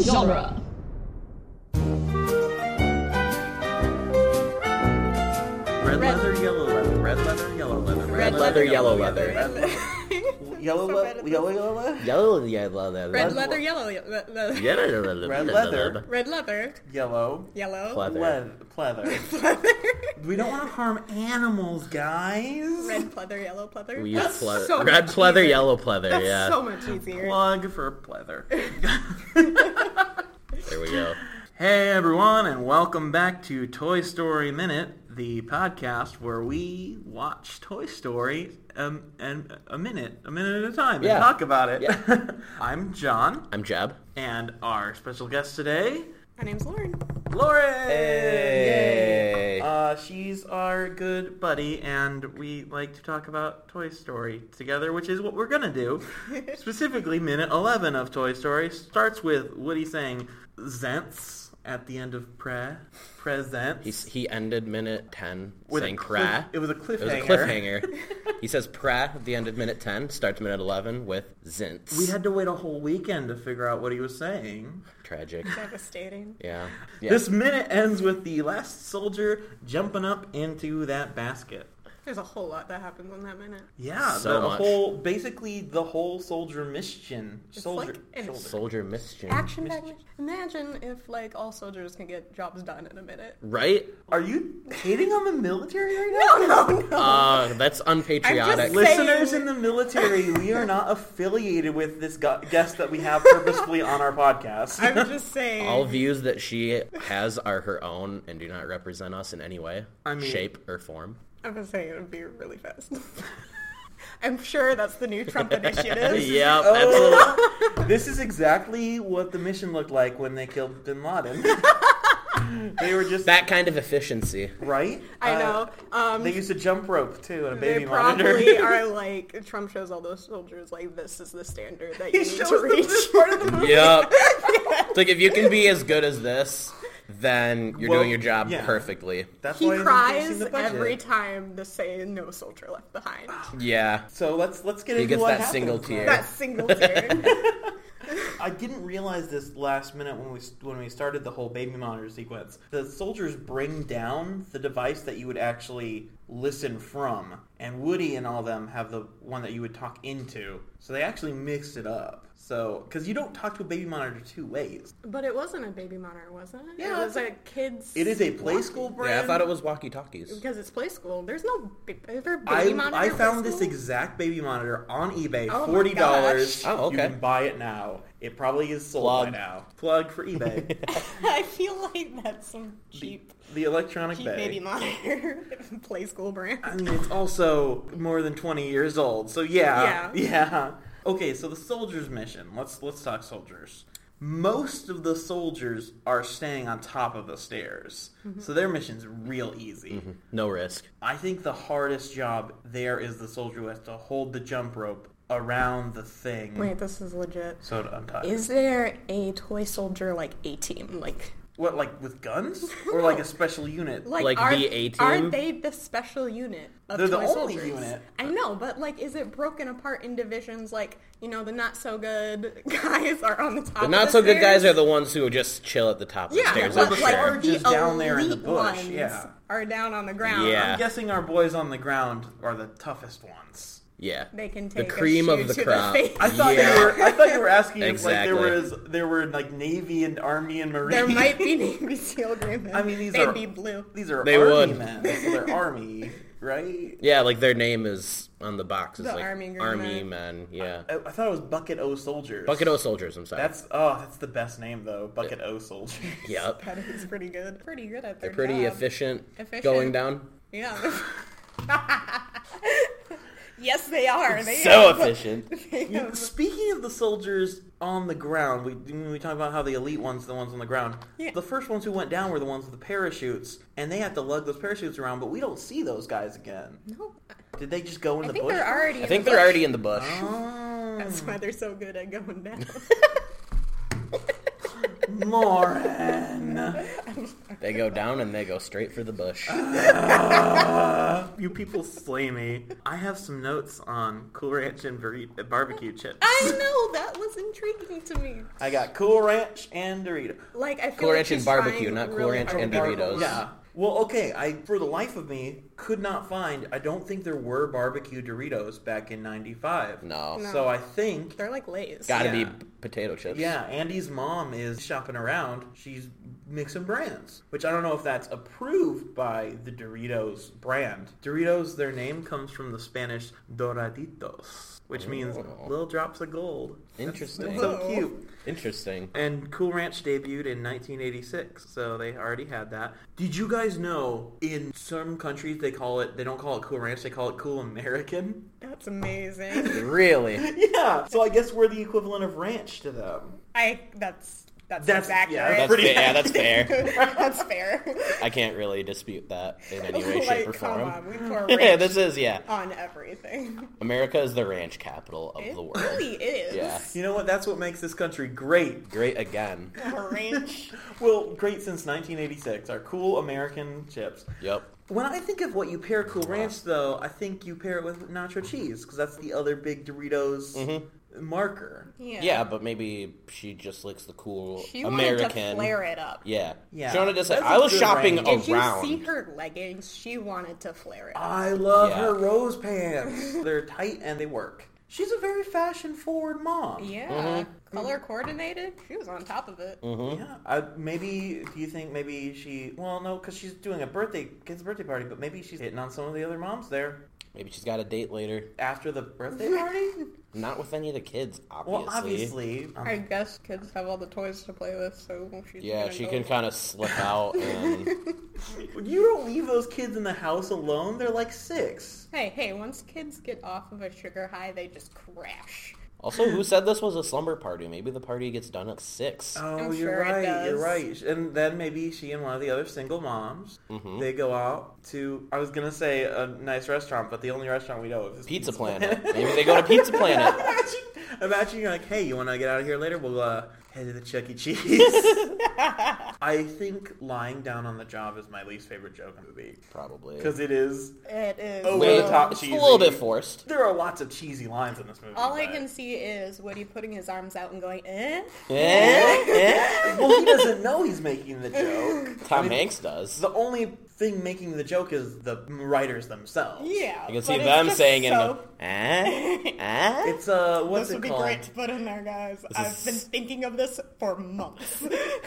genre. Red, leather, yellow leather, red leather, yellow leather, red, Red leather, yellow leather. red leather. Yellow, So le- bad at yellow, yellow, leather? Yellow, yellow, leather. Red leather, yellow le- le- Yeah, la- la- la- Red la- leather. la- la- Red leather, Yellow, yellow. Pleather. leather. pleather. we don't want to harm animals, guys. Red pleather, yellow pleather. We use That's pleather. so Red much pleather, easier. yellow pleather. That's yeah. so much easier. Plug for pleather. There we go. Hey everyone, and welcome back to Toy Story Minute, the podcast where we watch Toy Story um, and a minute, a minute at a time, Yeah. and talk about it. Yeah. I'm John, I'm Jeb. and our special guest today, My name's Lauren. Lauren. Hey. Yay. Uh, she's our good buddy, and we like to talk about Toy Story together, which is what we're gonna do. Specifically, minute eleven of Toy Story starts with Woody saying "zents" at the end of pre presents. He's, he ended minute 10 with a saying cliff- pra. It was a It was a cliffhanger. cliffhanger. he says pra at the end of minute 10, starts minute 11 with zints. We had to wait a whole weekend to figure out what he was saying. Tragic. Devastating. Yeah. yeah. This minute ends with the last soldier jumping up into that basket. There's a whole lot that happens in that minute. Yeah, So the much. whole basically the whole soldier mission. It's soldier, like an- shoulder. Soldier mischief. Action packed. Imagine if like all soldiers can get jobs done in a minute. Right? Are you hating on the military right now? No, no, no. Uh, that's unpatriotic. I'm just- Listeners Saying- in the military, we are not affiliated with this gu- guest that we have purposefully on our podcast. I'm just saying. All views that she has are her own and do not represent us in any way, I mean- shape, or form. I'm just saying it would be really fast. I'm sure that's the new Trump initiative. yep. absolutely. Oh, this is exactly what the mission looked like when they killed Bin Laden. they were just That kind of efficiency. right. I Uh, know. Um, They used a jump rope too and a They baby probably monitor. are like Trump shows all those soldiers like this is the standard that you He need shows to them reach. this part of the movie. Yep. It's like if you can be as good as this, then you're Well, doing your job yeah. perfectly. That's he why he's increasing cries the budget. Oh, every time the say no soldier left behind. Yeah. So let's let's get He into gets what that happens single now. tear. that single tear. I didn't realize this last minute when we when we started the whole baby monitor sequence. The soldiers bring down the device that you would actually listen from, and Woody and all them have the one that you would talk into. So they actually mixed it up. So because you don't talk to a baby monitor two ways, but it wasn't a baby monitor, was it? Yeah, it was it's a kid's. it is a play school brand. Yeah, I thought it was walkie talkies. because it's play school. There's no ba- is there a baby I, monitor. I play found this school? exact baby monitor on eBay, Oh my forty dollars. gosh. Oh, You okay. can buy it now. It probably is sold by Plug. now. Plug for eBay. I feel like that's some cheap, the electronic cheap bay. baby monitor play school brand. I mean, it's also more than twenty years old, so yeah, Yeah. Okay, so the soldiers' mission. Let's let's talk soldiers. Most of the soldiers are staying on top of the stairs, Mm-hmm. so their mission's real easy. No risk. I think the hardest job there is the soldier who has to hold the jump rope around the thing Wait, this is legit. so to untie. Is there a toy soldier like A team like? what, like with guns, or like a special unit? Like are, the A team? Are they the special unit? Of They're the toy only soldiers? unit. I know, but like, is it broken apart in divisions? Like, you know, the not so good guys are on the top. The of not the so good stairs? guys are the ones who just chill at the top of the yeah, stairs. but I'm like- sure. like the Just down there in the elite bush, Ones yeah. are down on the ground. Yeah. I'm guessing our boys on the ground are the toughest ones. yeah. They can The take cream a of shoe the to crop. The face. I thought Yeah. you were. I thought you were asking if like there was Exactly. there were like Navy and Army and Marine. there might be Navy SEAL agreements. I mean, these They'd are- be blue. These are They Army would. men. So they're Army, right? Yeah, like their name is on the box. It's The like Army Uh, Green Army Men. men. Yeah. I, I thought it was Bucket O Soldiers. Bucket O soldiers, I'm sorry. That's oh, that's the best name though. Bucket O Soldiers. yep. That is pretty good. Pretty good at their They're pretty job. efficient, Efficient. going down. Yeah. yes, they are. They So are. efficient. You- Speaking of the soldiers on the ground, we when we talk about how the elite ones, are the ones on the ground. Yeah. The first ones who went down were the ones with the parachutes, and they have to lug those parachutes around. But we don't see those guys again. No, Did they just go in I the think bush? they're already. I think they're already in the bush. Oh. That's why they're so good at going down. Lauren. They go down and they go straight for the bush. You people slay me. I have some notes on Cool Ranch and burrito, barbecue chips. I know that was intriguing to me. I got Cool Ranch and Dorito. Like I feel Cool like Ranch she's and barbecue, trying not Cool really Ranch hard. and Bar- Doritos. Yeah. Well, okay. I for the life of me could not find. I don't think there were barbecue Doritos back in '95. No. No. So I think. They're like Lay's. Gotta Yeah. be potato chips. Yeah, Andy's mom is shopping around. She's mixing brands, which I don't know if that's approved by the Doritos brand. Doritos, their name comes from the Spanish doraditos, which means Oh. little drops of gold. Interesting. That's so cute. Interesting. And Cool Ranch debuted in 1986, so they already had that. Did you guys know in some countries they call it, they don't call it Cool Ranch, they call it Cool American? That's amazing. Really? Yeah, so I guess we're the equivalent of ranch to them. I that's that's, That's- that's accurate. yeah, That's Pretty fa- yeah, that's fair. that's fair. I can't really dispute that in any way, like, shape, or come form. on, we pour Yeah, ranch this is yeah. on everything. America is the ranch capital of It the world. really is. Yeah. You know what? That's what makes this country great. Great again. Ranch. Well, great since 1986. Our cool American chips. Yep. When I think of what you pair Cool Ranch, though, I think you pair it with nacho cheese because that's the other big Doritos Mm-hmm. marker. Yeah. Yeah. but maybe she just likes the cool She wanted to American. flare it up. Yeah. Yeah. She wanted to say, That's a I was good shopping range. Did around. you see her leggings? She wanted to flare it up. I love Yeah. her rose pants. They're tight and they work. She's a very fashion forward mom. Yeah. Mm-hmm. Color coordinated. She was on top of it. Yeah. I, Uh, maybe do you think maybe she? Well, no, because she's doing a birthday kid's birthday party, but maybe she's hitting on some of the other moms there Maybe she's got a date later. after the birthday party. Not with any of the kids, obviously. well, obviously, um, I guess kids have all the toys to play with, so she's Yeah, gonna she "Oh." go- can kind of slip out and you don't leave those kids in the house alone. They're like six. Hey, hey! Once kids get off of a sugar high, they just crash. Also, who said this was a slumber party? Maybe the party gets done at 6 Oh, I'm you're sure it right. You're does. right. And then maybe she and one of the other single moms, Mm-hmm. they go out to. I was gonna say a nice restaurant, but the only restaurant we know of is Pizza Planet. Maybe they go to Pizza Planet. imagine, imagine you're like, hey, you want to get out of here later? We'll uh, head to the Chuck E. Cheese. I think lying down on the job is my least favorite joke in the movie Probably. because it is. It is. Over Wait, the top it's a cheesy. little bit forced. There are lots of cheesy lines in this movie. All I but- can see is Woody putting his arms out and going, eh? Eh? Eh? Well, he doesn't know he's making the joke. Tom Hanks does. The only thing making the joke is the writers themselves. Yeah. You can see them saying it. and go, Eh? Eh? It's uh, what's This would it be called? great to put in there, guys. I've been thinking of this for months.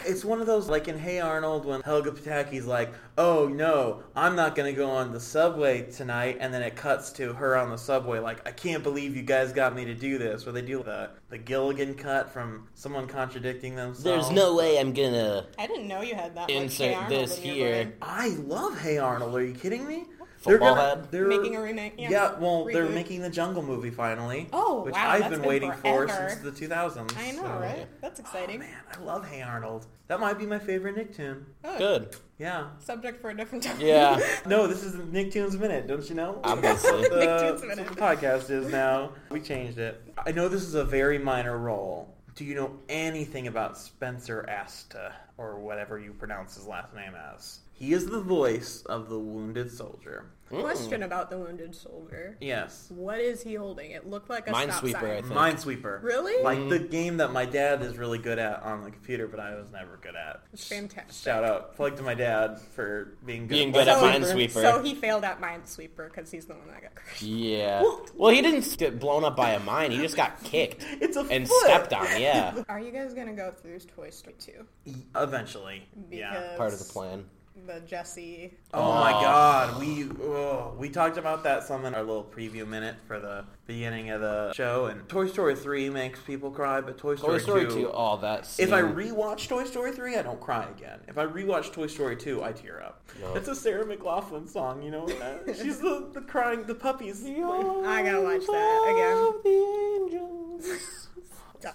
It's one of those like in Hey Arnold when Helga Pataki's like, "Oh no, I'm not gonna go on the subway tonight," and then it cuts to her on the subway like, "I can't believe you guys got me to do this." Where they do the the Gilligan cut from someone contradicting themselves. There's no way I'm gonna I didn't know you had that. much Hey insert Arnold this in your here. brain. I love Hey Arnold. Are you kidding me? Football head? They're Making a remake. Yeah, well, they're reboot. making the Jungle movie finally. Oh, which wow, I've that's been been waiting for forever. since the 2000s. I know, so- oh, right? That's exciting. Man, I love Hey Arnold. That might be my favorite Nicktoon. Oh, Good. Yeah. Subject for a different time. Yeah. No, this is Nicktoons Minute, don't you know? Obviously. The, Nicktoons that's Minute. what the podcast is now. We changed it. I know this is a very minor role. Do you know anything about Spencer Asta, or whatever you pronounce his last name as? He is the voice of the wounded soldier. Question Mm. about the wounded soldier. Yes. What is he holding? It looked like a stop Minesweeper, I sign. think. Minesweeper. Really? Like the game that my dad is really good at on the computer, but I was never good at. It's fantastic. Shout out, plug to my dad for being good Being at good at So- Minesweeper. So he failed at Minesweeper because he's the one that got crushed. Yeah. Well, he didn't get blown up by a mine. He just got kicked It's a and foot. stepped on. Yeah. Are you guys gonna go through Toy Story 2? Eventually. Yeah. Because- Part of the plan. The Jesse. Oh my god, we oh, we talked about that some in our little preview minute for the beginning of the show. And Toy Story three makes people cry, but Toy Story, Toy Story 2, 2, all that If I scene. rewatch Toy Story 3, I don't cry again. If I rewatch Toy Story 2, I tear up. No. It's a Sarah McLaughlin song, you know? that? She's the, the crying, the puppies. I gotta watch that again.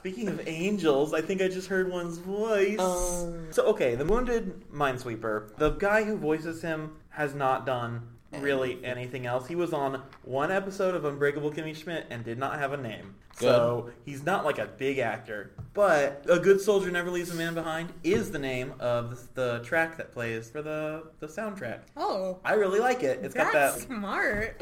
Speaking of angels, I think I just heard one's voice. Uh. so okay, the wounded minesweeper. The guy who voices him has not done really anything else. He was on one episode of Unbreakable Kimmy Schmidt and did not have a name. So he's not like a big actor, but a good soldier never leaves a man behind is the name of the track that plays for the the soundtrack. Oh, I really like it. It's got that's that. smart.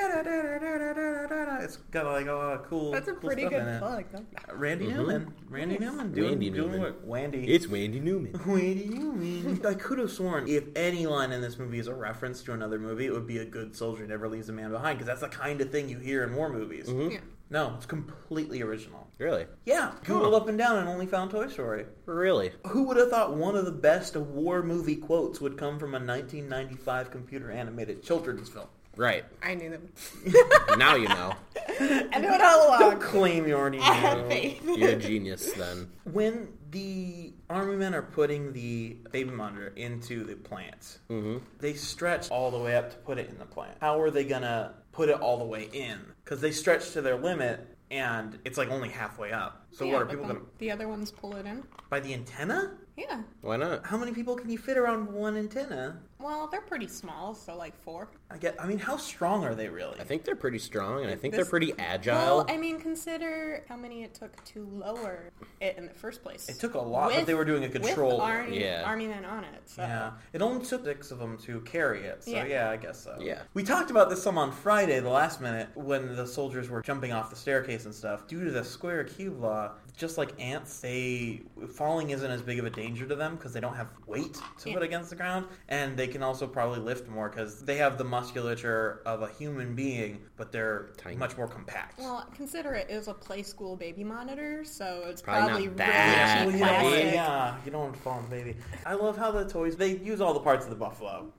It's got like a lot of cool. That's a cool pretty stuff in good it. plug. though. Randy Newman. Mm-hmm. Randy Newman doing, Randy doing Newman. work. Wandy. It's Randy Newman. Wait, you mean? I could have sworn if any line in this movie is a reference to another movie, it would be a good soldier never leaves a man behind, because that's the kind of thing you hear in war movies. Hmm? Yeah. No, it's completely original. Really? Mm-hmm. Yeah, Google up and down and only found Toy Story. Really? Who would have thought one of the best war movie quotes would come from a 1995 computer animated children's film? Right. I knew them. Now you know. I knew it all Don't along. claim you already I had know. faith. You're a genius then. When the army men are putting the baby monitor into the plant, they stretch all the way up to put it in the plant. How are they gonna put it all the way in? Because they stretch to their limit, and it's like only halfway up. So Yeah, what are but people then gonna The other ones pull it in. by the antenna? Yeah. Why not? How many people can you fit around one antenna? Well, they're pretty small, so like four. I get. I mean, how strong are they really? I think they're pretty strong and I think This- they're pretty Well, agile. I mean, consider how many it took to lower it in the first place. It took a lot, but they were doing a control. with army, Yeah. army men on it. So. Yeah, it only took six of them to carry it, so yeah. Yeah. I guess so. Yeah. We talked about this some on Friday, the last minute, when the soldiers were jumping off the staircase and stuff. Due to the square cube law, just like ants, they falling isn't as big of a danger to them because they don't have weight to Yeah. put against the ground, and they can also probably lift more because they have the musculature of a human being, but they're Tiny. much more compact. Well, consider it is a play school baby monitor, so it's probably, Probably really not that Well, cheap heavy. yeah, plastic. yeah, you don't want to fall on the baby. I love how the toys, they use all the parts of the buffalo.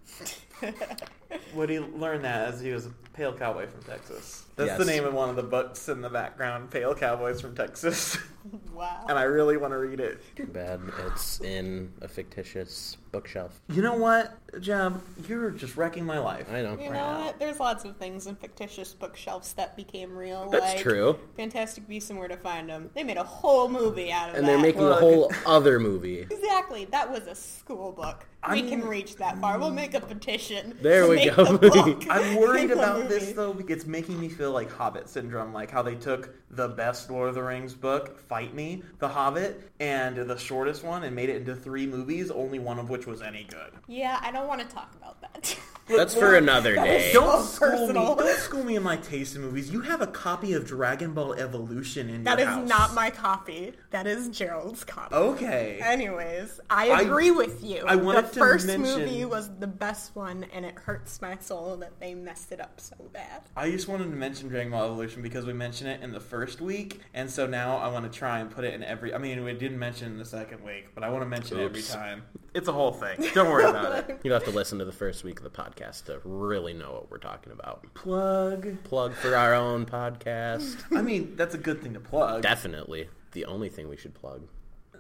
Woody learned that as he was a pale cowboy from Texas. That's the Yes. name of one of the books in the background, Pale Cowboys from Texas. Wow. and I really want to read it. Too bad it's in a fictitious bookshelf. You know what, Jeb? You're just wrecking my life. I know. Wow. You know what? There's lots of things in fictitious bookshelves that became real. That's like true. Fantastic Beasts and Where to Find Them. They made a whole movie out of And that. they're making a Look. whole other movie. Exactly. That was a school book. I'm- We can reach that far. We'll make a petition. There to we make go. the book I'm worried into a about movie. this though. because It's making me feel like Hobbit syndrome, like how they took the best Lord of the Rings book, Fight Me, The Hobbit, and the shortest one, and made it into three movies, only one of which was any good. Yeah, I don't want to talk about that. That's for another day. Don't so school personal. me. Don't school me in my taste in movies. You have a copy of Dragon Ball Evolution in That your is house. not my copy. That is Gerald's copy. Okay. Anyways, I agree with you. I wanted the to first mention- movie was the best one, and it hurts my soul that they messed it up so bad. I just wanted to mention Dragon Ball Evolution because we mentioned it in the first week, and so now I want to try and put it in every. I mean, we didn't mention it in the second week, but I want to mention it every Oops. time. It's a whole thing. Don't worry about it. You'll have to listen to the first week of the podcast to really know what we're talking about. Plug. Plug for our own podcast. I mean, that's a good thing to plug. Definitely the only thing we should plug.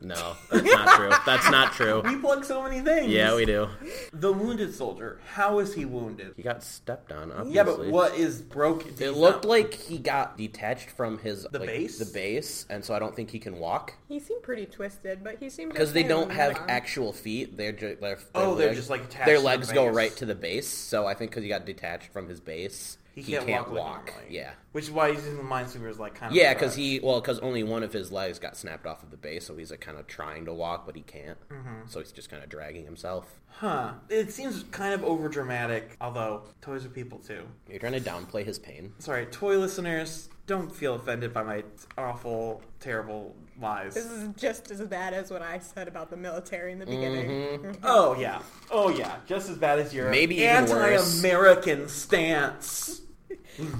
No, that's not true. That's not true. we plug so many things. Yeah, we do. The wounded soldier. How is he wounded? He got stepped on, obviously. Yeah, but what is broken? It looked like he got detached from his The like, base? the base, and so I don't think he can walk He seemed pretty twisted, but he seemed because they okay when don't he have was on. actual feet. They're just their, Oh, their they're legs- just, like, attached their to the legs go base. right to the base. So I think because he got detached from his base, He can't, walk. walk. legitimately. Yeah. Which is why he's in the minesweeper is like kind of. Yeah, because he well, because only one of his legs got snapped off of the base, so he's like kind of trying to walk, but he can't. Mm-hmm. So he's just kind of dragging himself. Huh. It seems kind of over dramatic, although toys are people too. You're trying to downplay his pain. Sorry, toy listeners, don't feel offended by my awful, terrible This lies. is just as bad as what I said about the military in the beginning. Oh yeah. Oh yeah. Just as bad as your Maybe even worse. anti-American stance,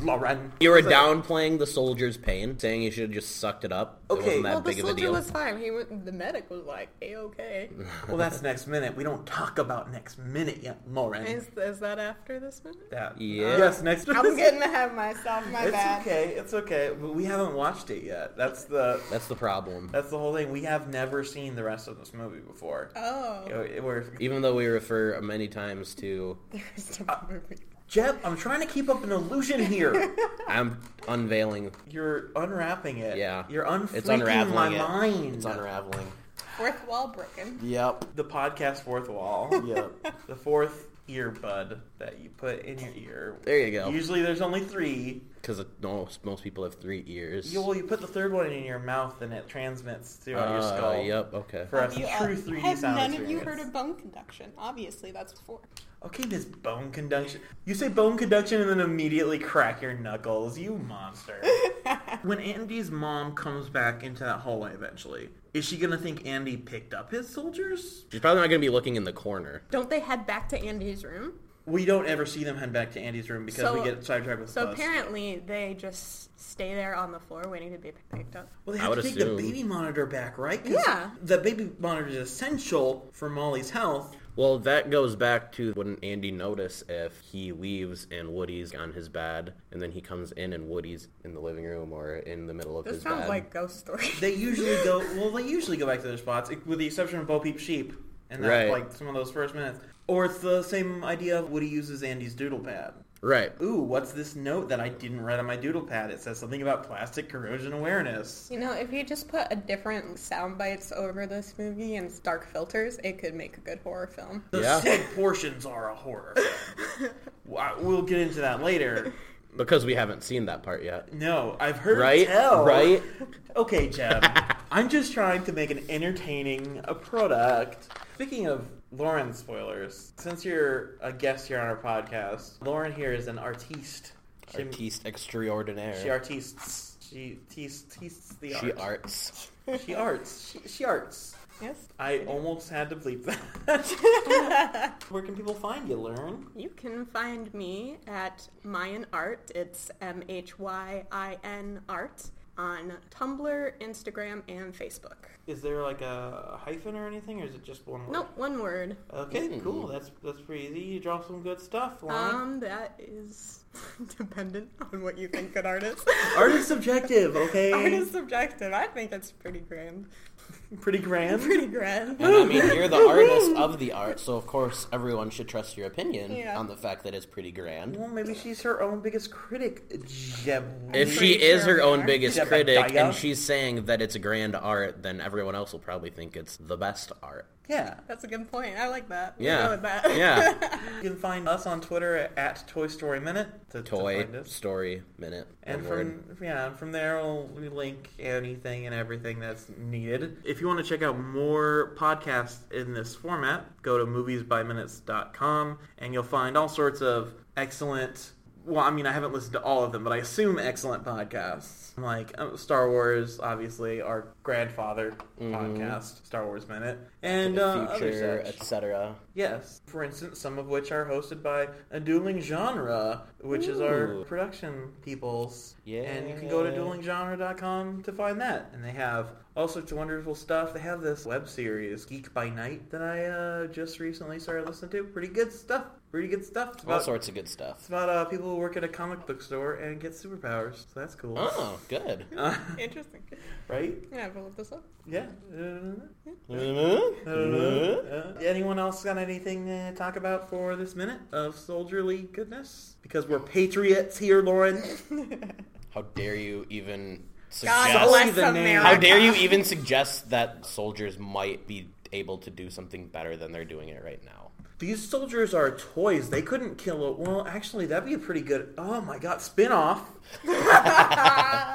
Lauren. You were downplaying the soldier's pain, saying he should have just sucked it up. Okay. it wasn't that Well, the big of a soldier deal. was fine. He went, the medic was like, a okay. Well, that's next minute. We don't talk about next minute yet, Lauren. is, is that after this minute? that. Yeah. Yes, next. I'm getting ahead of myself. My It's bad. okay. It's okay. But we haven't watched it yet. That's the That's the problem. that's the whole thing. We have never seen the rest of this movie before. Oh, It- We're Even though we refer many times to, there's the movie. Jeb, I'm trying to keep up an illusion here. I'm unveiling. You're unwrapping it. Yeah. You're unfreaking It's unraveling my it. mind. It's unraveling. Fourth wall broken. Yep. the podcast fourth wall. Yep. the fourth earbud that you put in your ear. There you go. Usually there's only three. Because most, most people have three ears. You, well, you put the third one in your mouth and it transmits to your Uh, skull. Yep. Okay. For us, Have you, a true uh, 3D have sound none of you experience. heard of bone conduction? Obviously, that's four. Okay, Miss Bone Conduction. You say bone conduction and then immediately crack your knuckles. You monster. when Andy's mom comes back into that hallway eventually, is she gonna think Andy picked up his soldiers? She's probably not going to be looking in the corner. Don't they head back to Andy's room? We don't ever see them head back to Andy's room because So- we get sidetracked with So the bus. apparently, they just stay there on the floor waiting to be picked up. well, they I have would to take assume- the baby monitor back, right? 'Cause Yeah. The baby monitor is essential for Molly's health. Well, that goes back to wouldn't Andy notice if he leaves and Woody's on his bed, and then he comes in and Woody's in the living room or in the middle of This his sounds bed. like ghost story. They usually go well. They usually go back to their spots, with the exception of Bo Peep Sheep, and that, Right. like some of those first minutes. Or it's the same idea of Woody uses Andy's doodle pad. right. Ooh, what's this note that I didn't write on my doodle pad? It says something about plastic corrosion awareness. You know, if you just put a different sound bites over this movie and dark filters, it could make a good horror film. The Yeah. said portions are a horror. film. Well, I- we'll get into that later. Because we haven't seen that part yet. No, I've heard Right? tell. Right? Okay, Jeb. I'm just trying to make an entertaining a product. Speaking of Lauren spoilers, since you're a guest here on our podcast, Lauren here is an artiste. She, Artiste extraordinaire. she artistes. She artistes the art. She arts. She arts. She, she arts. Yes. I almost had to bleep that. Where can people find you, Lauren? You can find me at Mayan Art. It's M H Y I N Art on Tumblr, Instagram, and Facebook. Is there like a hyphen or anything, or is it just one word? Nope, one word. Okay, Mm. cool. That's that's pretty easy. You draw some good stuff, Lauren. Um, that is dependent on what you think an art is. Art is subjective, okay? art is subjective. I think it's pretty grand. Pretty grand. Pretty grand. And I mean, you're the artist of the art, so of course everyone should trust your opinion Yeah. on the fact that it's pretty grand. Well, maybe she's her own biggest critic, Jeb. If she pretty is sure her we own are. biggest Zebediah? critic and she's saying that it's grand art, then everyone else will probably think it's the best art. yeah. That's a good point. I like that. We'll Yeah. go with that. Yeah. You can find us on Twitter at Toy Story Minute. To, to Toy find us. story minute. And one word. from yeah, and from there we'll we link anything and everything that's needed. If you want to check out more podcasts in this format, go to moviesbyminutes.com and you'll find all sorts of excellent well, I mean, I haven't listened to all of them, but I assume excellent podcasts. Like uh, Star Wars, obviously, our grandfather podcast, Star Wars Minute, Mm-hmm. and uh, other future, such. etc. Yes. For instance, some of which are hosted by a dueling genre, which is our Ooh. production people's. Yeah. And you can go to duelinggenre.com to find that. And they have all sorts of wonderful stuff. They have this web series, Geek by Night, that I uh, just recently started listening to. Pretty good stuff. Pretty good stuff. It's All about, sorts of good it's stuff. about uh, people who work at a comic book store and get superpowers. So that's cool. Oh, good. Uh, Interesting. right? I'm gonna have to look this up. Yeah. Uh, I don't Mhm. know. Uh, anyone else got anything to talk about for this minute of soldierly goodness? Because we're patriots here, Lauren. How dare you even God suggest? bless bless the name. America. How dare you even suggest that soldiers might be able to do something better than they're doing it right now? These soldiers are toys. They couldn't kill a. Well, actually, that'd be a pretty good. Oh my god, spin off.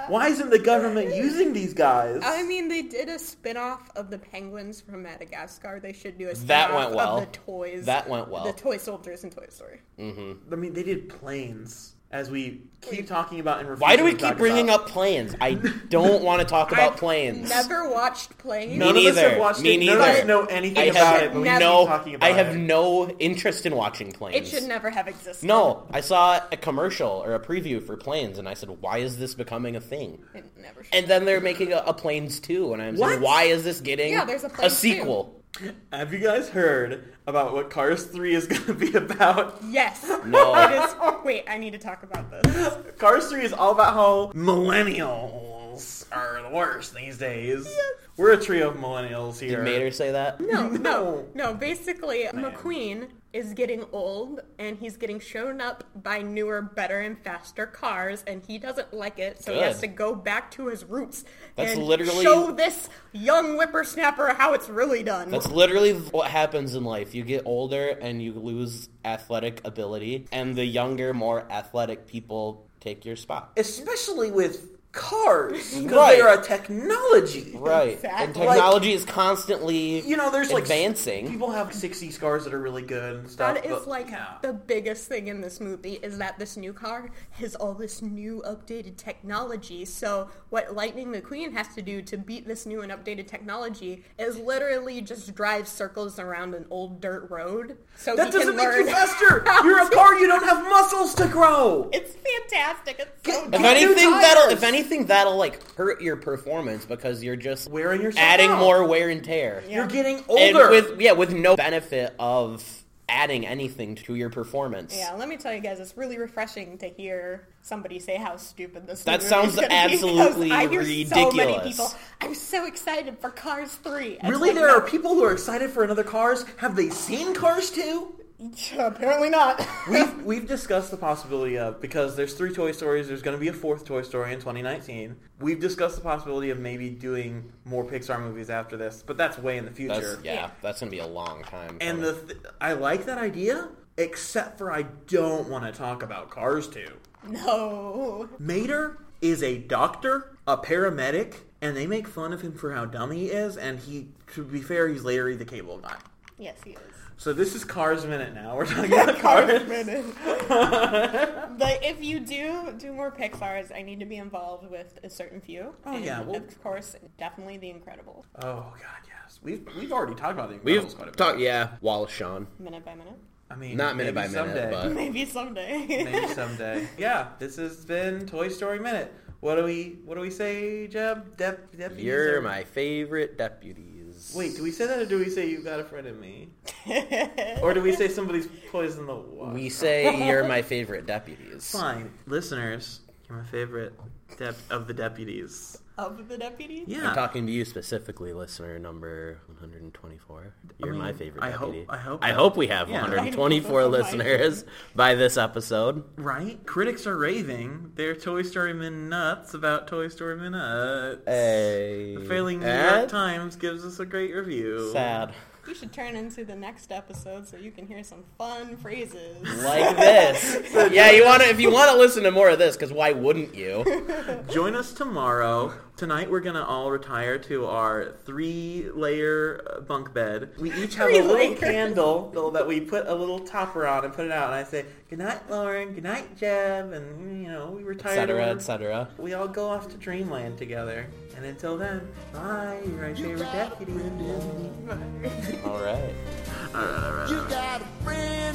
Why isn't the government using these guys? I mean, they did a spin-off of the penguins from Madagascar. They should do a spin-off That went well. of the toys. That went well. The toy soldiers in Toy Story. I mean, they did planes, as we keep talking about and Why do we refuse to keep talk bringing about. up planes? I don't want to talk about planes. Never watched planes. No, None of us neither. have watched Me it. None of us neither. know anything I about have it, but we never- keep no, talking about I have it. no interest in watching planes. It should never have existed. No, I saw a commercial or a preview for planes, and I said, "Why is this becoming a thing?" It never should. And then they're making a, a planes two, and I'm What? saying, "Why is this getting Yeah, there's a Planes 2. sequel?" Have you guys heard about what Cars 3 is going to be about? yes. No. It is. Oh, Wait, I need to talk about this. Cars 3 is all about how millennials are the worst these days. We're a trio of millennials here. Did Mater say that? No, No. no, no. Basically, McQueen is getting old and he's getting shown up by newer, better, and faster cars, and he doesn't like it, so he has Good. to go back to his roots That's and literally- show this young whippersnapper how it's really done. That's literally what happens in life. You get older and you lose athletic ability, and the younger, more athletic people take your spot. Especially with cars, because Right. they are a technology. Right. And Exactly. technology is constantly You know, there's like s- advancing. People have 60 scars that are really good and stuff. That is but- like yeah. the biggest thing in this movie is that this new car has all this new updated technology. So what Lightning McQueen has to do to beat this new and updated technology is literally just drive circles around an old dirt road. So That he doesn't can make learn you faster. how You're a to- car. You don't have muscles to grow. It's fantastic. It's so if Get new anything, that'll tires. if anything that'll like hurt your performance because you're just Wearing yourself adding out. more wear and tear. You're getting And older. with yeah, with no benefit of adding anything to your performance. Yeah, let me tell you guys, it's really refreshing to hear somebody say how stupid this. That movie sounds is gonna absolutely be, 'cause I hear So many ridiculous. people, I'm so excited for Cars Three. It's Really, like, there no, are people who are excited for another Cars. Have they seen Cars too? apparently not. we've, we've discussed the possibility of because there's three Toy Stories, there's going to be a fourth Toy Story in 2019. We've discussed the possibility of maybe doing more Pixar movies after this, but that's way in the future. That's, yeah, Yeah. that's gonna be a long time. And coming. the th- I like that idea, except for I don't want to talk about Cars 2. no. Mater is a doctor, a paramedic, and they make fun of him for how dumb he is. And he, to be fair, he's Larry the Cable Guy. Yes, he is. So this is Cars Minute now. We're talking about Cars. But if you do do more Pixar's, I need to be involved with a certain few. Oh, And yeah, well- of course, definitely The Incredible, Oh God, yes. We've we've already talked about the We've Incredibles quite a bit. talked, yeah, Wallace Shawn. minute by minute. I mean, Not minute maybe by minute, someday. but- Maybe someday. maybe someday. Yeah, this has been Toy Story Minute. What do we what do we say, Jeb? Dep, deputies You're are- my favorite deputies. Wait, do we say that or do we say you got a friend in me? Or do we say somebody's poisoned the water? we say you're my favorite deputies. Fine, listeners, you're my favorite dep- of the deputies. of the deputies. Yeah, I'm talking to you specifically, listener number 124. You're my mean, favorite I hope- deputy. I hope- I hope we have Yeah. 124 I know, that's listeners by this episode. right? Critics are raving. They're Toy Story Men nuts about Toy Story Men nuts. Hey, The failing New York And- Times gives us a great review. Sad. You should turn into the next episode so you can hear some fun phrases. Like this. yeah, you want to if you want to listen to more of this because why wouldn't you? Join us tomorrow. Tonight we're gonna all retire to our three-layer uh, bunk bed. We each have a little Three-layer. candle that we put a little topper on and put it out. And I say, "Good night, Lauren. Good night, Jeb." And you know, we retire. Etc. to- Etc. We all go off to dreamland together. And until then, bye. You're my favorite deputy. All right. You got a friend.